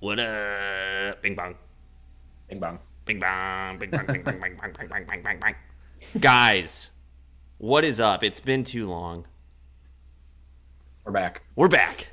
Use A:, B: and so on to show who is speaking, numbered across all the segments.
A: What up? Bing bong.
B: Bing bong.
A: Bing bong. Bing bong. Bing bong. Bing bong. Bing bong. Bing bong. Bing. Guys, what is up? It's been too long.
B: We're back.
A: We're back.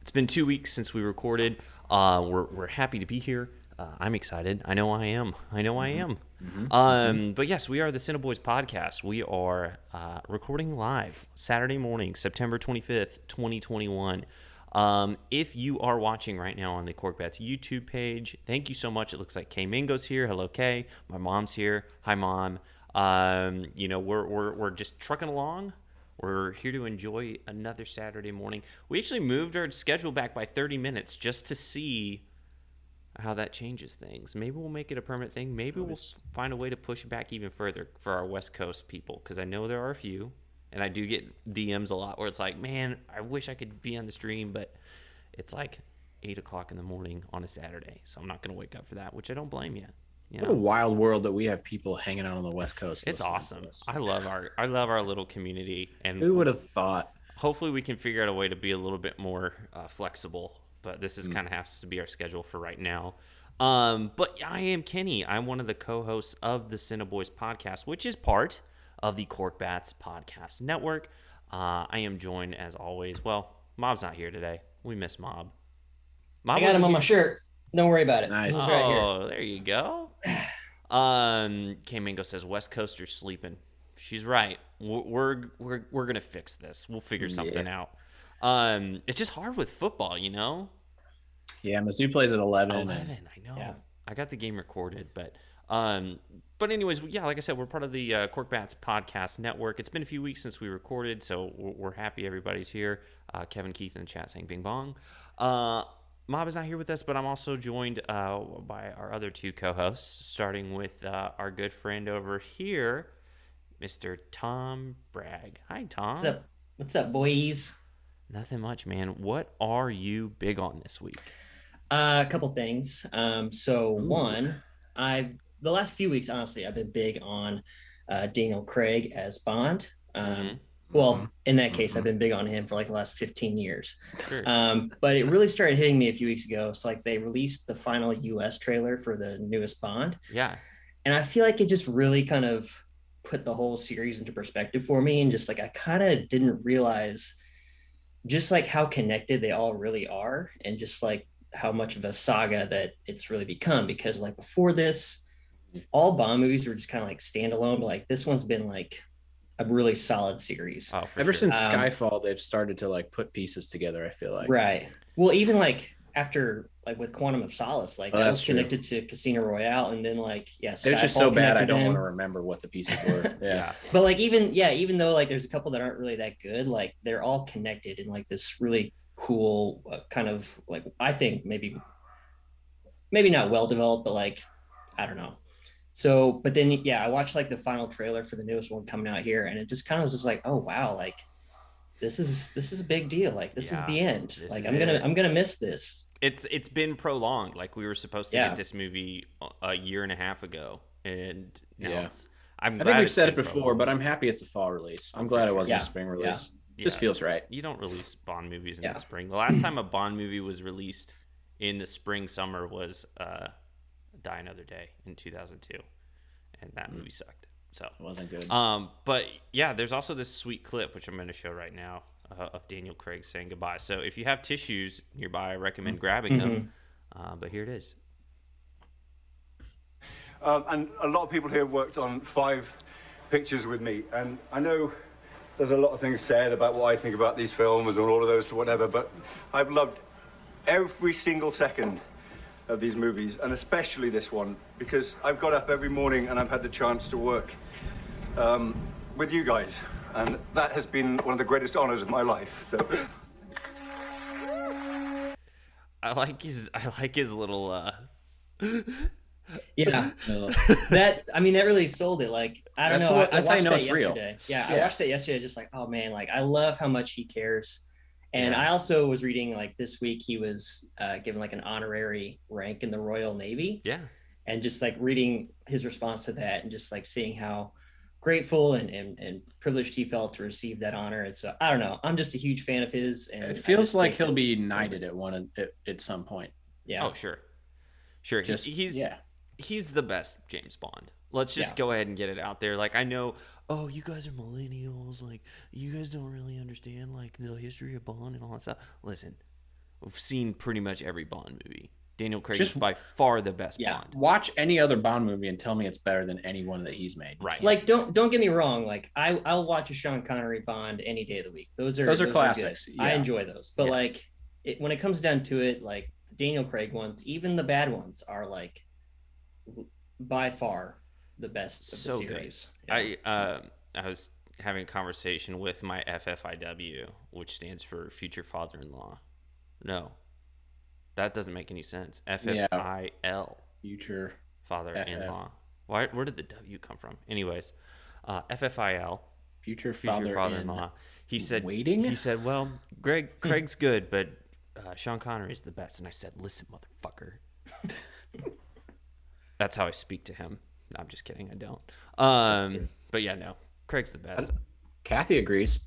A: It's been two weeks since we recorded. Uh, we're we're happy to be here. Uh, I'm excited. I know I am. I know I am.
C: Mm-hmm.
A: Um, but yes, we are the Cineboys podcast. We are uh, recording live Saturday morning, September 25th, 2021. Um, if you are watching right now on the Corkbats YouTube page, thank you so much. It looks like K Mingo's here. Hello, Kay. My mom's here. Hi, mom. Um, you know, we're, we're, we're just trucking along. We're here to enjoy another Saturday morning. We actually moved our schedule back by 30 minutes just to see how that changes things. Maybe we'll make it a permanent thing. Maybe we'll s- find a way to push it back even further for our West Coast people because I know there are a few, and I do get DMs a lot where it's like, man, I wish I could be on the stream, but it's like eight o'clock in the morning on a Saturday, so I'm not gonna wake up for that, which I don't blame you. You
B: What a
A: know,
B: wild world that we have people hanging out on the West Coast.
A: it's
B: listening to
A: awesome.
B: us.
A: I love our I love our little community, and
B: Who would have thought?
A: hopefully we can figure out a way to be a little bit more uh, flexible but this is kind of has to be our schedule for right now um, but i am kenny i'm one of the co-hosts of the cineboys podcast which is part of the cork bats podcast network uh, i am joined as always well mob's not here today we miss mob mob
C: I got him
A: wasn't
C: on
A: here-
C: my shirt. Don't worry about it.
B: Nice.
C: It's right here.
A: oh there you go um k mingo says west coasters sleeping she's right we're we're we're, we're gonna fix this we'll figure something out um it's just hard with football you know
B: Yeah, Mizzou plays at 11. and
A: 11 Oh, i know
B: yeah.
A: i got the game recorded but um but anyways yeah like i said we're part of the uh, cork bats podcast network it's been a few weeks since we recorded so we're, we're happy everybody's here uh, kevin keith in the chat saying bing bong uh mob is not here with us but i'm also joined uh by our other two co-hosts starting with uh, our good friend over here mr tom bragg hi tom
C: What's up? What's up, boys?
A: nothing much man what are you big on this week
C: Uh, a couple things. Um, so
B: Ooh.
C: one, I the last few weeks, honestly, I've been big on uh, Daniel Craig as Bond. Um,
A: Mhm.
C: Well, in that case,
B: Mhm.
C: I've been big on him for like the last 15 years.
A: Mm-hmm. Sure.
C: Um, but it really started hitting me a few weeks ago. So like they released the final U.S. trailer for the newest Bond,
A: yeah
C: and I feel like it just really kind of put the whole series into perspective for me and just like I kind of didn't realize just like how connected they all really are and just like how much of a saga that it's really become because like before this all Bond movies were just kind of like standalone but like this one's been like a really solid series
A: oh, for
B: Ever
A: sure.
B: since
C: Um,
B: Skyfall, they've started to like put pieces together, I feel like.
C: right well even like after like with Quantum of Solace like
B: Oh,
C: that
B: that's
C: was
B: true.
C: connected to Casino Royale and then like yeah
B: They're just
C: Skyfall
B: so bad, I
C: connected
B: don't
C: them.
B: want to remember what the pieces were. Yeah.
C: but like even yeah even though like there's a couple that aren't really that good like they're all connected in like this really cool uh, kind of like i think maybe maybe not well developed but like i don't know so but then yeah i watched like the final trailer for the newest one coming out here and it just kind of was just like oh wow like this is this is a big deal like this
A: Yeah,
C: is the end
A: this
C: like
A: is
C: i'm gonna
A: it.
C: i'm gonna miss this
A: it's it's been prolonged. Like we were supposed to
C: Yeah.
A: get this movie a- a year and a half ago, and now
B: Yeah.
A: it's, I'm.
B: I
A: glad
B: think we've
A: it's
B: said it
A: been
B: before,
A: prolonged.
B: but I'm happy it's a fall release. I'm
A: Oh,
B: glad
A: for
B: it
A: sure.
B: wasn't
C: Yeah.
B: a spring
C: Yeah.
B: release.
A: Yeah.
B: Just feels right.
A: you don't release Bond movies in
C: Yeah.
A: the spring. The last time a Bond movie was released in the spring summer was uh, Die Another Day in 2002, and that
B: Mm.
A: movie sucked. So
B: It wasn't good.
A: Um, but yeah, there's also this sweet clip which I'm going to show right now uh, of Daniel Craig saying goodbye. So if you have tissues nearby, I
B: Mm.
A: recommend grabbing them.
B: Mm-hmm.
A: Uh, but here it is.
D: Um, and a lot of people here worked on five pictures with me. And I know there's a lot of things said about what I think about these films and all of those, whatever, but I've loved every single second of these movies, and especially this one, because I've got up every morning and I've had the chance to work um, with you guys. And that has been one of the greatest honors of my life. So.
A: I like his I like his little uh
C: yeah
B: Uh,
C: that I mean that really sold it. Like I don't
B: That's
C: know.
B: what-
C: I, I
B: that's how you
C: watched
B: know
C: that
B: it's real.
C: yesterday. Yeah, I
B: Yeah.
C: watched that yesterday. Just like oh man, like I love how much he cares. And
A: Yeah.
C: I also was reading like this week he was uh, given like an honorary rank in the Royal Navy,
A: yeah.
C: and just like reading his response to that, and just like seeing how grateful and and, and privileged he felt to receive that honor. It's uh, I don't know. I'm just a huge fan of his, and I
B: it
C: just
B: feels like
C: think
B: he'll
C: that-
B: be knighted at one at, at some point.
C: Yeah.
A: Oh, sure. Sure. he-
B: Just-
A: he's
B: yeah.
A: he's the best James Bond. Let's just
C: Yeah.
A: go ahead and get it out there. Like I know, oh, you guys are millennials, like you guys don't really understand like the history of Bond and all that stuff. Listen, we've seen pretty much every Bond movie. Daniel Craig is
B: Just-
A: by far the best
B: Yeah.
A: Bond.
B: Watch any other Bond movie and tell me it's better than any one that he's made.
A: Right.
C: Like don't don't get me wrong. Like I I'll watch a Sean Connery Bond any day of the week. Those are
B: Those are
C: good.
B: classics,
C: I
B: yeah.
C: enjoy those. But
A: Yes.
C: like it, when it comes down to it, like the Daniel Craig ones, even the bad ones, are like w- by far the best of
A: So
C: the
A: good.
C: series.
A: I um I was having a conversation with my FFIW, which stands for future father-in-law. No, that doesn't make any sense. FFIL,
B: Future.
A: father-in-law. Why? Where did the W come from? Anyways, uh, FFIL,
B: Future,
A: future
B: father.
A: father-in-law. He said.
B: waiting?
A: He said, "Well, Greg, Craig's good, but uh, Sean Connery is the best." And I said, "Listen, motherfucker." That's how I speak to him. No, I'm just kidding. I don't. Um, but yeah, no, Craig's the best.
B: Kathy agrees.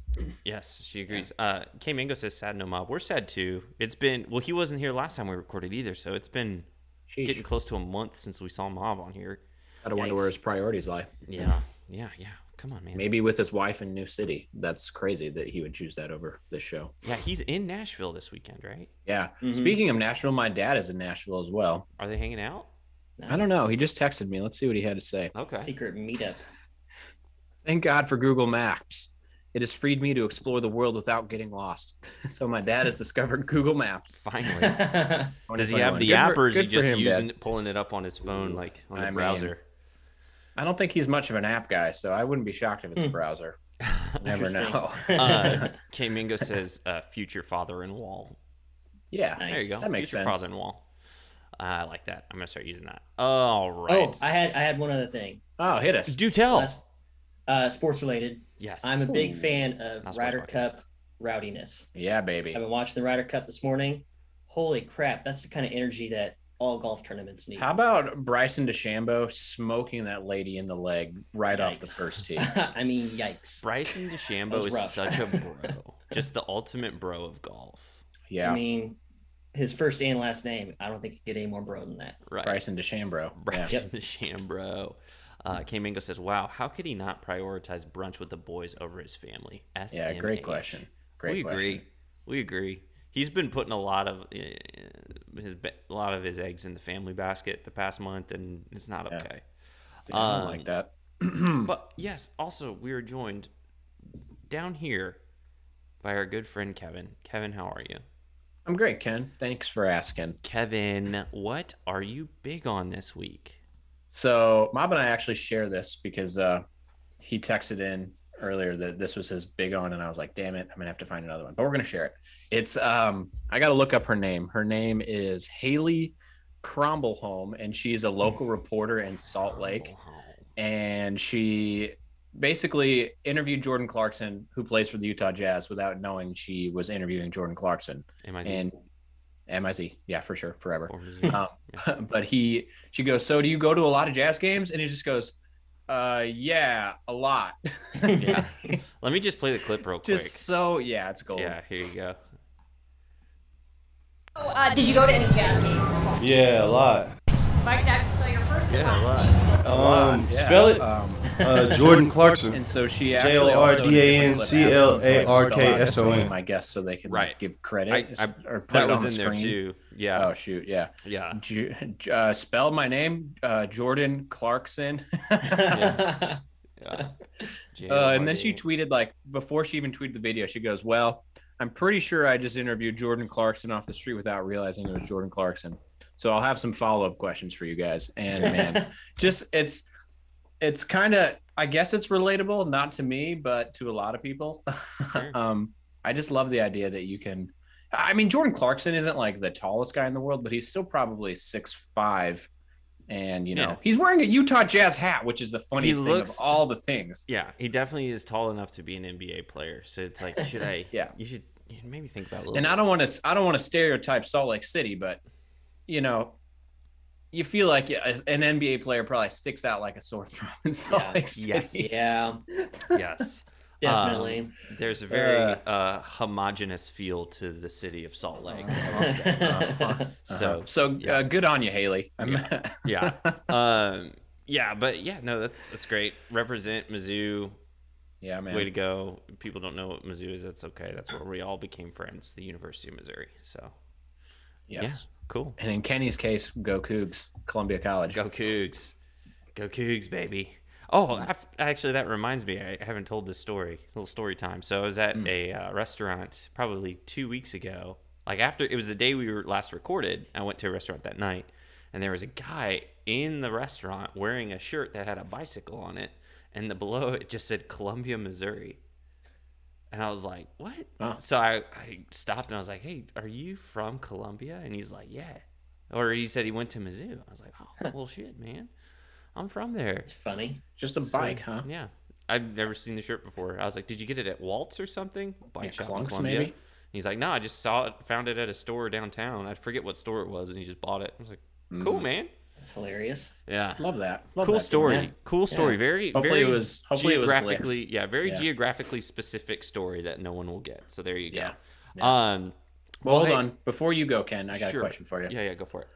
A: Yes, she agrees. Uh, K Mango says sad no mob. We're sad too. It's been well, he wasn't here last time we recorded either, so it's been
B: Sheesh.
A: getting close to a month since we saw Mob on here.
B: Gotta wonder where his priorities lie.
A: Yeah, yeah, yeah. Come on, man.
B: Maybe with his wife in New City. That's crazy that he would choose that over this show.
A: Yeah, he's in Nashville this weekend, right?
B: Yeah.
A: Mm-hmm.
C: Mhm.
B: Speaking of Nashville, my dad is in Nashville as well.
A: Are they hanging out?
B: I don't know.
C: Nice.
B: He just texted me. Let's see what he had to say.
A: Okay.
C: Secret meetup.
B: Thank God for Google Maps. It has freed me to explore the world without getting lost. so my dad has discovered Google Maps.
A: Finally. Does he
B: 2021.
A: have the
B: Good
A: app
B: for-
A: or is he
B: good for
A: just
B: him, Dad.
A: using pulling it up on his phone, like on
B: I
A: the
B: mean-
A: browser?
B: I don't think he's much of an app guy, so I wouldn't be shocked if it's
A: Hmm.
B: a browser. You Never
C: Interesting.
B: know.
A: uh, K Mingo says uh, future father in law.
B: yeah.
A: There you
C: Nice.
A: go.
B: That makes
A: future
B: sense.
A: father in law. I like that. I'm gonna start using that. All right.
C: Oh, I had I had one other thing.
B: Oh, hit us.
A: Do tell.
C: Last, uh, sports related.
A: yes.
C: I'm a big
B: Ooh.
C: fan of
A: That's what
C: Ryder
A: it's like.
C: Cup rowdiness.
B: Yeah, baby.
C: I've been watching the Ryder Cup this morning. Holy crap, that's the kind of energy that all golf tournaments need.
B: How about Bryson DeChambeau smoking that lady in the leg right off the
C: Yikes.
B: first tee?
C: I mean, yikes.
A: Bryson
C: was
A: DeChambeau is
C: rough.
A: such a bro. Just the ultimate bro of golf.
B: Yeah,
C: I mean, his first and last name, I don't think you could get any more bro than that.
A: Right.
B: Bryson DeChambeau. Yeah. Mm.
A: Bryson DeChambeau. Uh, K Mingo says, "Wow, how could he not prioritize brunch with the boys over his family?"
B: Yeah, great
A: SMH.
B: question. Great
A: we
B: question.
A: agree. We agree. He's been putting a lot of uh, his ba- a lot of his eggs in the family basket the past month, and it's not
B: Yeah.
A: okay.
B: Dude, I don't
A: Um,
B: like that.
A: But yes, also we are joined down here by our good friend Kevin. Kevin, how are you?
B: I'm great, Ken. Thanks for asking.
A: Kevin, what are you big on this week?
B: So Mob and I actually share this because uh, he texted in earlier that this was his big one, and I was like, "Damn it, I'm gonna have to find another one." But we're gonna share it. It's um, I gotta look up her name. Her name is Haley Crombleholm, and she's a local reporter in Salt Lake. and she basically interviewed Jordan Clarkson, who plays for the Utah Jazz, without knowing she was interviewing Jordan Clarkson.
A: Am I
B: And MIZ, yeah, for sure, forever.
A: or is it-
B: Um, but he, she goes, so do you go to a lot of jazz games? And he just goes, uh, yeah, a lot.
A: yeah. Let me just play the clip real quick.
B: just so yeah, it's gold.
A: Yeah, here you go.
E: Oh, uh, did you go to any jazz games?
F: Yeah, a lot.
E: Mike, now just spell your first and last
B: A
F: Um,
B: lot, yeah.
F: spell it.
B: Um,
F: Uh, Jordan Clarkson.
B: and so she actually
F: J O R
B: also-
F: D A N C L A R K S O N.
B: I guess so they can like,
A: Right.
B: give credit
A: I- I-
B: or put
A: That
B: it on
A: was
B: the
A: in there
B: screen.
A: too. Yeah.
B: Oh shoot, yeah.
A: yeah.
B: Ju- uh, spell my name, uh, Jordan Clarkson.
A: Yeah. Yeah.
B: Uh, and then she
A: JRD.
B: tweeted like before she even tweeted the video, she goes, "Well, I'm pretty sure I just interviewed Jordan Clarkson off the street without realizing it was Jordan Clarkson." So I'll have some follow up questions for you guys. And man, just it's it's kind of I guess it's relatable, not to me, but to a lot of people.
A: Sure.
B: um, I just love the idea that you can. I mean, Jordan Clarkson isn't like the tallest guy in the world, but he's still probably six five. And you know
A: Yeah.
B: he's wearing a Utah Jazz hat, which is the funniest thing
A: looks-
B: of all the things.
A: Yeah, he definitely is tall enough to be an NBA player. So it's like, should I?
B: Yeah.
A: you should you should maybe think about it a little.
B: and I don't want to I don't want to stereotype Salt Lake City, but you know, you feel like a- an NBA player probably sticks out like a sore thumb in Salt
C: Yeah.
B: Lake City.
A: Yes.
C: yeah.
A: bit. yes.
C: Definitely.
A: Um, there's a very uh, homogenous feel to the city of Salt Lake.
B: Uh-huh.
A: I'll say. So
B: So uh, good on you, Haley. I'm-
A: yeah, um, yeah, but yeah, no, that's that's great. Represent Mizzou.
B: yeah, man.
A: Way to go. People don't know what Mizzou is. That's okay. That's where we all became friends, the University of Missouri. So,
B: Yes.
A: yeah, cool.
B: And in Kenny's case, go Cougs, Columbia College.
A: Go Cougs. Go Cougs, baby. Oh, I, actually, that reminds me. I haven't told this story. little story time. So I was at a uh, restaurant probably two weeks ago. Like after it was the day we were last recorded. I went to a restaurant that night, and there was a guy in the restaurant wearing a shirt that had a bicycle on it, and the below it just said Columbia, Missouri. And I was like, what?
B: Huh.
A: So I, I stopped and I was like, hey, are you from Columbia? And he's like, yeah. Or he said he went to Mizzou. I was like, oh, well, shit, man. I'm from there.
C: It's funny.
B: Just a bike, huh?
A: Yeah. I've never seen the shirt before. I was like, did you get it at Waltz or something? Bike
B: Yeah,
A: shop in
B: Clunks,
A: Columbia.
B: maybe?
A: He's like, no, I just saw it, found it at a store downtown. I forget what store it was, and he just bought it. I was like,
B: Mm.
A: cool, man.
C: That's hilarious.
A: Yeah.
B: Love that. Love
A: cool
B: that,
A: story.
B: Dylan.
A: Cool story. Very
B: Hopefully it
A: very
B: was- hopefully it was Blair's.
A: geographically yeah, very
B: Yeah.
A: geographically specific story that no one will get. So there you go.
B: Yeah.
A: Um
B: Well, hold
A: hey-
B: on. Before you go, Ken, I got
A: Sure.
B: a question for you.
A: yeah, yeah, go for it.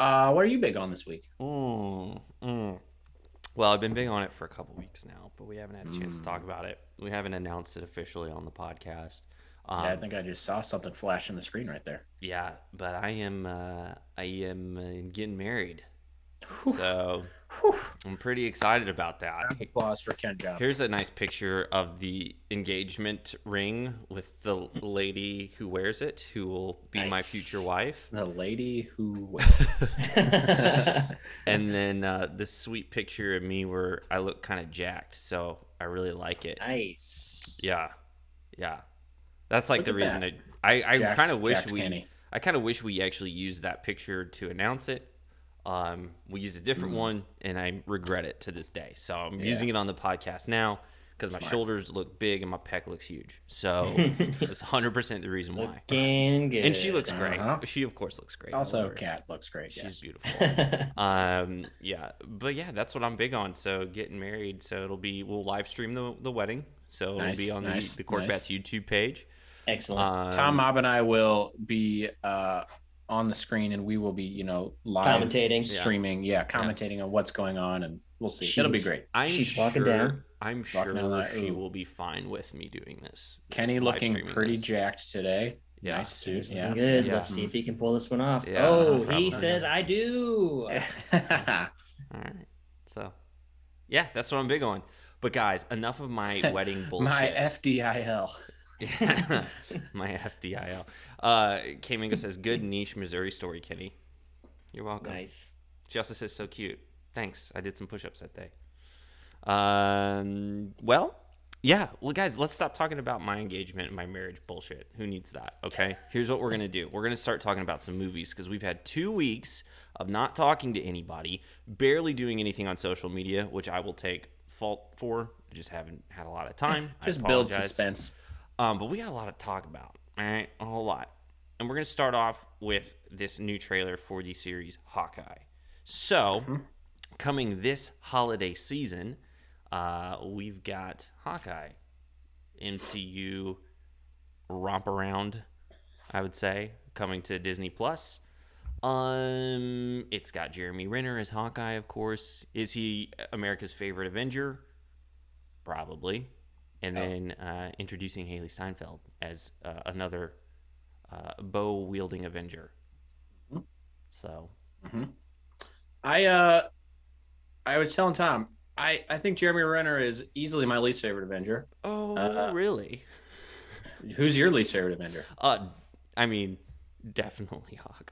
A: Mm,
B: Uh, what are you big on this week?
A: Well, I've been big on it for a couple weeks now, but we haven't had a chance to
B: Mm.
A: talk about it. We haven't announced it officially on the podcast. Um,
B: yeah, I think I just saw something flash on the screen right there.
A: Yeah, but I am uh, I am uh, getting married, so I'm pretty excited about that.
B: Applause for Ken Job.
A: Here's a nice picture of the engagement ring with the lady who wears it, who will be my
C: Nice.
A: future wife,
B: The lady who.
A: and then uh, this sweet picture of me where I look kind of jacked. So I really like it.
C: Nice.
A: Yeah, yeah, that's like
B: Look
A: the
B: at
A: reason
B: that.
A: I I, I
B: Jacked-
A: kind of wish
B: jacked
A: we
B: Kenny.
A: I kind of wish we actually used that picture to announce it. Um, we used a
B: Mm.
A: different one, and I regret it to this day. So I'm using it on the podcast now because my shoulders look big and my pec looks huge. So that's 100 percent the reason why.
C: Looking good.
A: And she looks great.
B: Uh-huh.
A: She of course looks great. I
B: Also,
A: love her.
B: Cat looks great.
A: She's
B: yes.
A: beautiful. um, yeah, but yeah, that's what I'm big on. So getting married. So it'll be we'll live stream the, the wedding. So
B: Nice,
A: it'll be on
B: nice,
A: the the Cork
B: nice.
A: Bats YouTube page.
C: excellent.
A: Um,
B: Tom uh, Mob and I will be uh, on the screen, and we will be, you know, live
C: Commentating. Yeah.
B: streaming. Yeah, commentating on what's going on, and we'll see.
C: She's-
B: It'll be great.
A: I'm
C: She's walking
A: sure-
C: down.
A: I'm
B: Walking down
A: sure
B: that-
A: she
B: ooh.
A: will be fine with me doing this.
B: Kenny
A: Live
B: looking
A: streaming
B: pretty
A: this.
B: jacked today.
A: Yeah.
B: Nice suit.
C: Looking
B: Yeah.
C: good.
A: Yeah.
C: Let's see if he can pull this one off.
A: Yeah,
C: oh,
A: probably.
C: he says I do.
A: All right. So, yeah, that's what I'm big on. But guys, enough of my wedding bullshit.
B: My FDIL.
A: Yeah. my FDIL. Uh, Kamingo says, "Good niche Missouri story, Kenny." You're welcome.
C: nice.
A: Justice is so cute. Thanks. I did some push-ups that day. Um. Well, yeah. Well, guys, let's stop talking about my engagement and my marriage bullshit. Who needs that? Okay. Here's what we're gonna do. We're gonna start talking about some movies because we've had two weeks of not talking to anybody, barely doing anything on social media, which I will take fault for. I just haven't had a lot of time. I
B: Just build
A: apologize.
B: suspense.
A: Um, but we got a lot to talk about, all right? A whole lot. And we're going to start off with this new trailer for the series Hawkeye. So, coming this holiday season, uh, we've got Hawkeye, MCU romp around, I would say, coming to Disney Plus. Um, it's got Jeremy Renner as Hawkeye, of course. Is he America's favorite Avenger? Probably. And then uh, introducing Haley Steinfeld as uh, another uh, bow wielding Avenger. So
B: Mm-hmm. I uh I was telling Tom, I I think Jeremy Renner is easily my least favorite Avenger.
A: Oh,
B: Uh,
A: really?
B: Who's your least favorite Avenger?
A: Uh, I mean, definitely Hawkeye.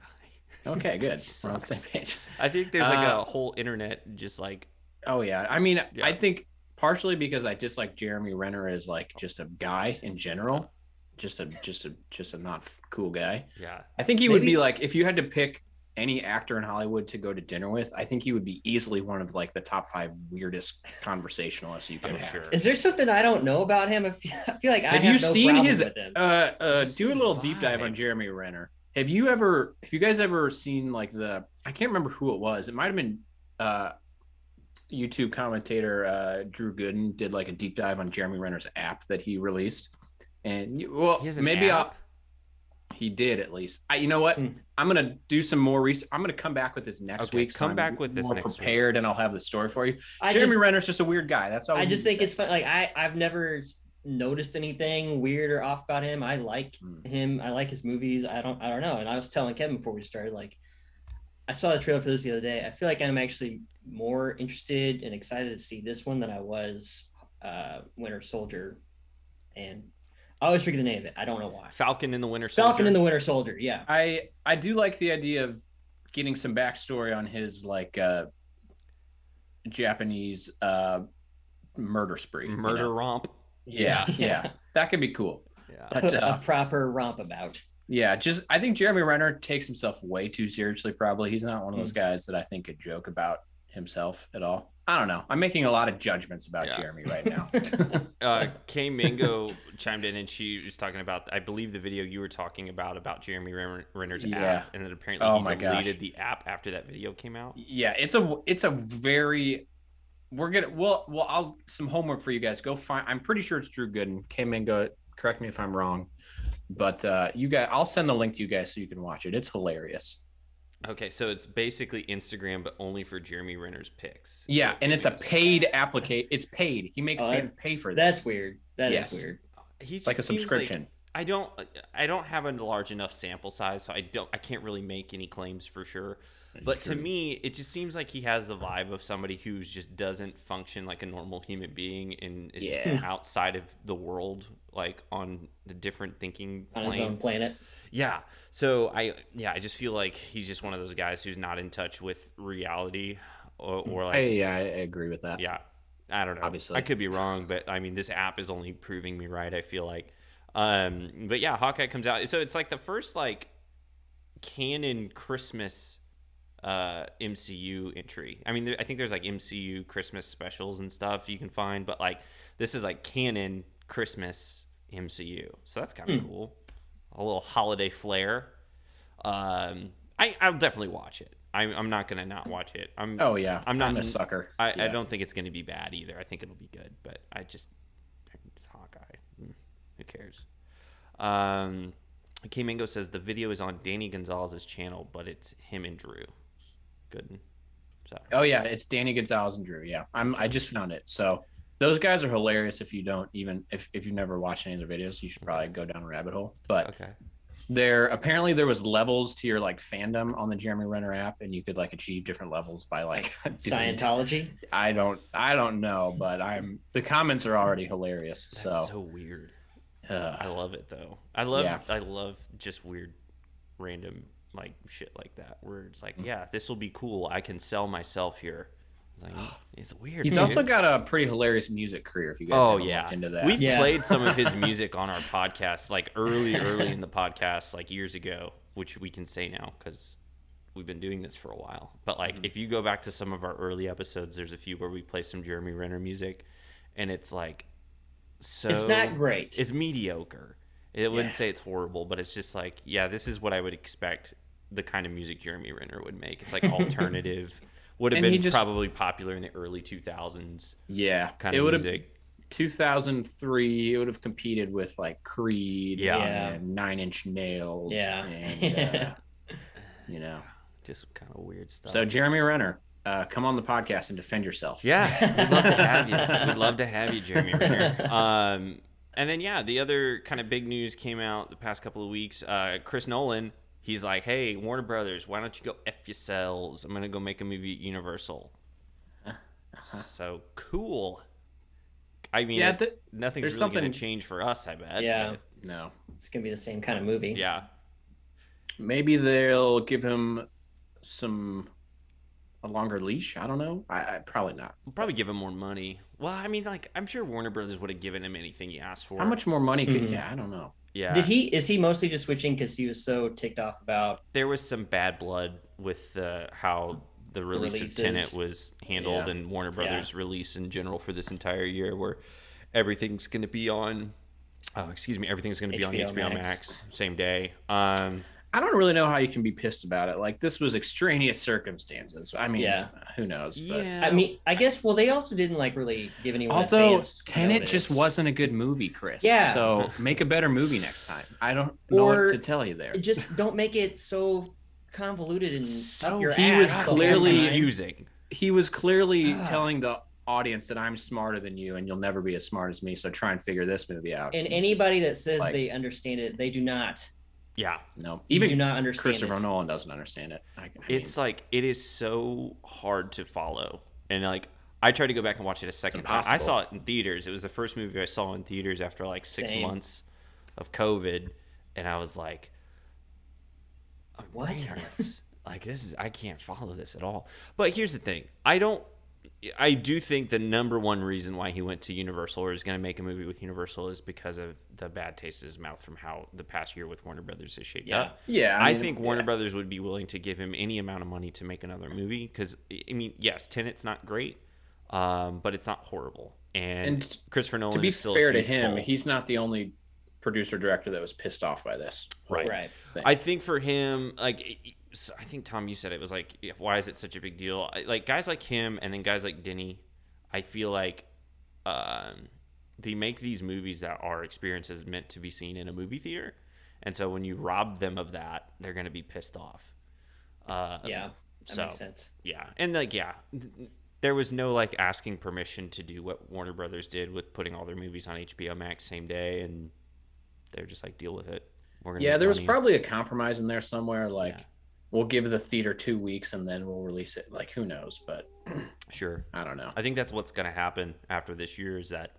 B: Okay, good. We're on the
A: sucks.
B: same page.
A: I think there's like
B: Uh,
A: a whole internet just like
B: Oh yeah. I mean,
A: Yeah.
B: I think partially because I dislike Jeremy Renner as like just a guy in general, just a just a just a not f- cool guy.
A: yeah.
B: I think he would
C: Maybe-
B: be like if you had to pick any actor in Hollywood to go to dinner with, I think he would be easily one of like the top five weirdest conversationalists you could
A: I'm
B: have.
A: Oh, sure.
C: Is there something I don't know about him? I feel, I feel like I
B: Have
C: have,
B: you
C: no
B: seen
C: problem
B: his-
C: with him.
B: Uh, uh,
A: Just
B: do a
A: his
B: little deep dive on
A: vibe.
B: Jeremy Renner. Have you ever, have you guys ever seen like the, I can't remember who it was. It might have been, uh, YouTube commentator uh, Drew Gooden did like a deep dive on Jeremy Renner's app that he released, and you- well,
A: He has an
B: maybe
A: app? Hmm.
B: I'll, he did at least. I, you know what? I'm gonna do some more research. I'm gonna come back with this next
A: Okay,
B: week. so
A: come
B: I'm
A: back with this
B: more
A: next week.
B: prepared, and I'll have the story for you.
C: I
B: Jeremy
C: just,
B: Renner's just a weird guy. That's all.
C: I
B: we
C: just
B: need to
C: think it's fun. Like I, I've never s- noticed anything weird or off about him. I like
B: Hmm.
C: him. I like his movies. I don't, I don't know. And I was telling Kevin before we started, like, I saw the trailer for this the other day. I feel like I'm actually more interested and excited to see this one than I was uh, Winter Soldier, and I always forget the name of it. I don't know why.
A: Falcon in the Winter Soldier.
C: Falcon and the Winter Soldier. Yeah.
B: I I do like the idea of getting some backstory on his like uh Japanese uh murder spree. you
A: Murder
B: know?
A: Romp.
B: Yeah, yeah. That could be cool.
A: Yeah.
B: But
C: a
B: uh
C: proper romp about.
B: yeah, just I think Jeremy Renner takes himself way too seriously probably. He's not one of those guys that I think could joke about himself at all. I don't know. I'm making a lot of judgments about
A: Yeah.
B: Jeremy right now.
A: uh, Kay Mango chimed in and she was talking about, I believe, the video you were talking about about Jeremy Renner- Renner's
B: Yeah.
A: app, and then apparently
B: Oh
A: he
B: my gosh.
A: deleted the app after that video came out.
B: yeah it's a it's a very we're gonna well well i'll some homework for you guys go find i'm pretty sure it's drew gooden came in go correct me if i'm wrong but uh you guys i'll send the link to you guys so you can watch it it's hilarious
A: Okay, so it's basically Instagram, but only for Jeremy Renner's pics.
B: yeah and it's a paid applica. it's paid he makes
C: Oh,
B: fans pay for this
C: That's weird. That is
B: Yes.
C: weird.
A: He's
B: it's like a
A: just seems
B: subscription
A: I don't I don't have a large enough sample size, so I don't I can't really make any claims for sure. But to me, it just seems like he has the vibe of somebody who's just doesn't function like a normal human being and is just
B: Yeah.
A: outside of the world, like on the different thinking
C: On his
A: plane.
C: own planet.
A: Yeah. So I yeah, I just feel like he's just one of those guys who's not in touch with reality or, or like
B: I, yeah, I agree with that
A: yeah i don't know
B: Obviously.
A: i could be wrong but i mean this app is only proving me right i feel like um but yeah hawkeye comes out so it's like the first like canon christmas uh mcu entry i mean there, i think there's like mcu christmas specials and stuff you can find but like this is like canon christmas mcu so that's kind of
B: Hmm.
A: cool a little holiday flair um i i'll definitely watch it i'm, I'm not gonna not watch it i'm
B: oh yeah
A: I'm not-
B: a sucker
A: I, I
B: Yeah.
A: don't think it's going to be bad either. I think it'll be good, but I just it's Hawkeye. Mm, Who cares? Um, K Mango says the video is on Danny Gonzalez's channel, but it's him and Drew. Good. So
B: Oh yeah, it's Danny Gonzalez and Drew. Yeah, I'm. I just found it. So those guys are hilarious. If you don't even if if you've never watched any of their videos, you should probably go down a rabbit hole. But
A: okay,
B: there apparently there was levels to your like fandom on the Jeremy Renner app, and you could like achieve different levels by like doing-
C: Scientology.
B: I don't I don't know, but I'm the comments are already hilarious.
A: that's
B: so
A: so, weird. I
B: uh,
A: love it though. I love
B: Yeah.
A: I love just weird, random like shit like that where it's
B: Mm.
A: like, yeah, this will be cool. I can sell myself here. It's like it's weird.
B: he's
A: dude.
B: also got a pretty hilarious music career. If you guys
A: Oh
B: haven't
A: yeah,
B: looked into that,
A: we've
C: Yeah.
A: played some of his music on our podcast, like early, early in the podcast, like years ago, which we can say now because we've been doing this for a while. But like, if you go back to some of our early episodes, there's a few where we play some Jeremy Renner music, and it's like, so
C: It's not great.
A: It's mediocre. It wouldn't say it's horrible, but it's just like, yeah, this is what I would expect the kind of music Jeremy Renner would make. It's like alternative. Would have
B: And he
A: been
B: just-
A: probably popular in the early 2000s
B: yeah,
A: kind
B: it
A: of
B: would have
A: music.
B: 2003 it would have competed with like creed
A: Yeah.
C: Yeah.
B: and nine inch nails
C: Yeah.
B: and, uh, you know
A: just kind of weird stuff.
B: so jeremy renner uh, come on the podcast and defend yourself
A: yeah, we'd love to have you. We'd love to have you, Jeremy Renner. Um, and then yeah, the other kind of big news came out the past couple of weeks. Uh, Chris Nolan, he's like, "Hey, Warner Brothers, why don't you go f yourselves? I'm gonna go make a movie at Universal." So cool. I mean,
B: Yeah,
A: it-
B: th-
A: nothing's really
B: there's
A: gonna
B: something-
A: change for us. I bet.
C: Yeah.
A: but-
B: no
C: It's gonna be the same kind of movie.
A: yeah.
B: maybe they'll give him some a longer leash i don't know i, I probably not
A: We'll probably give him more money. Well, I mean, like I'm sure Warner Brothers would have given him anything he asked for.
B: how much more money could
C: Mhm.
B: yeah i don't know
A: Yeah.
C: Did he? Is he mostly just switching because he was so ticked off about?
A: there was some bad blood with uh, how the release
C: Releases.
A: of Tenet was handled
B: Yeah.
A: and Warner Brothers release in general for this entire year, where everything's uh, going to be on. Oh, excuse me, everything's going to be on
C: HBO
A: HBO Max.
C: Max.
A: same day. Um,
B: I don't really know how you can be pissed about it. Like this was extraneous circumstances. I mean,
C: Yeah.
B: who knows? But
A: Yeah.
C: I mean, I guess. Well, they also didn't like really give anyone.
B: Also,
C: advance
B: Tenet
C: notice.
B: just wasn't a good movie, Chris.
C: Yeah.
B: So make a better movie next time. I don't know
C: Or-
B: what to tell you there.
C: It Just don't make it so convoluted and
A: So
C: up your
B: he
C: ass
B: was
C: the whole
B: clearly-
C: time.
A: confusing.
B: He was clearly
C: Ah.
B: telling the audience that I'm smarter than you and you'll never be as smart as me. So try and figure this movie out.
C: And anybody that says
B: Like-
C: they understand it, they do not.
A: Yeah.
B: no,
C: Even do
B: even
C: not understand.
B: Christopher
C: it.
B: Nolan doesn't understand it. I, I
A: It's like it is so hard to follow. And like I tried to go back and watch it a second time. I
B: impossible.
A: saw it in theaters. It was the first movie I saw in theaters after like 6
C: Same.
A: months of COVID and I was like
C: What?
A: "Man, it's- like this is I can't follow this at all. But here's the thing. I don't I do think the number one reason why he went to Universal or is going to make a movie with Universal is because of the bad taste in his mouth from how the past year with Warner Brothers has shaped
C: Yeah.
A: up.
B: Yeah,
A: I,
B: I mean,
A: think Warner
B: yeah.
A: Brothers would be willing to give him any amount of money to make another movie because I mean, yes, Tenet's not great, um, but it's not horrible. And,
B: And t-
A: Christopher Nolan
B: to be
A: is still a
B: fair to
A: huge
B: him,
A: pull.
B: he's not the only producer director that was pissed off by this.
A: right.
C: Right.
B: thing.
A: I think for him, like it- it- so I think Tom, you said it was like, yeah, why is it such a big deal? I- Like guys like him, and then guys like Denny, I feel like um, they make these movies that are experiences meant to be seen in a movie theater, and so when you rob them of that, they're gonna be pissed off. Uh,
C: Yeah, that
A: So-
C: makes sense.
A: yeah, and like yeah, th- there was no like asking permission to do what Warner Brothers did with putting all their movies on HBO Max same day, and they're just like deal with it. We're gonna
B: Yeah,
A: make
B: there was
A: money.
B: probably a compromise in there somewhere. Like,
A: Yeah.
B: we'll give the theater two weeks and then we'll release it. Like, who knows? But
A: sure.
B: I don't know.
A: I think that's what's going to happen after this year is that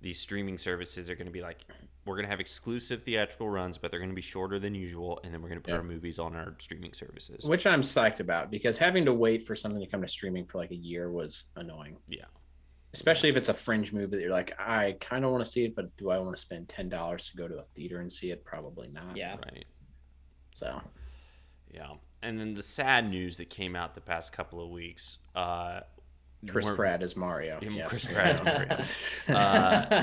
A: these streaming services are going to be like, we're going to have exclusive theatrical runs, but they're going to be shorter than usual, and then we're going to put
B: Yeah.
A: our movies on our streaming services.
B: Which I'm psyched about because having to wait for something to come to streaming for like a year was annoying.
A: Yeah.
B: Especially if it's a fringe movie that you're like, I kind of want to see it, but do I want to spend ten dollars to go to a theater and see it? Probably not.
C: Yeah.
A: Right.
B: So
A: Yeah. And then the sad news that came out the past couple of weeks. Uh,
B: Chris
A: Norm-
B: Pratt is Mario.
A: Him-
B: Yes.
A: Chris Pratt is Mario.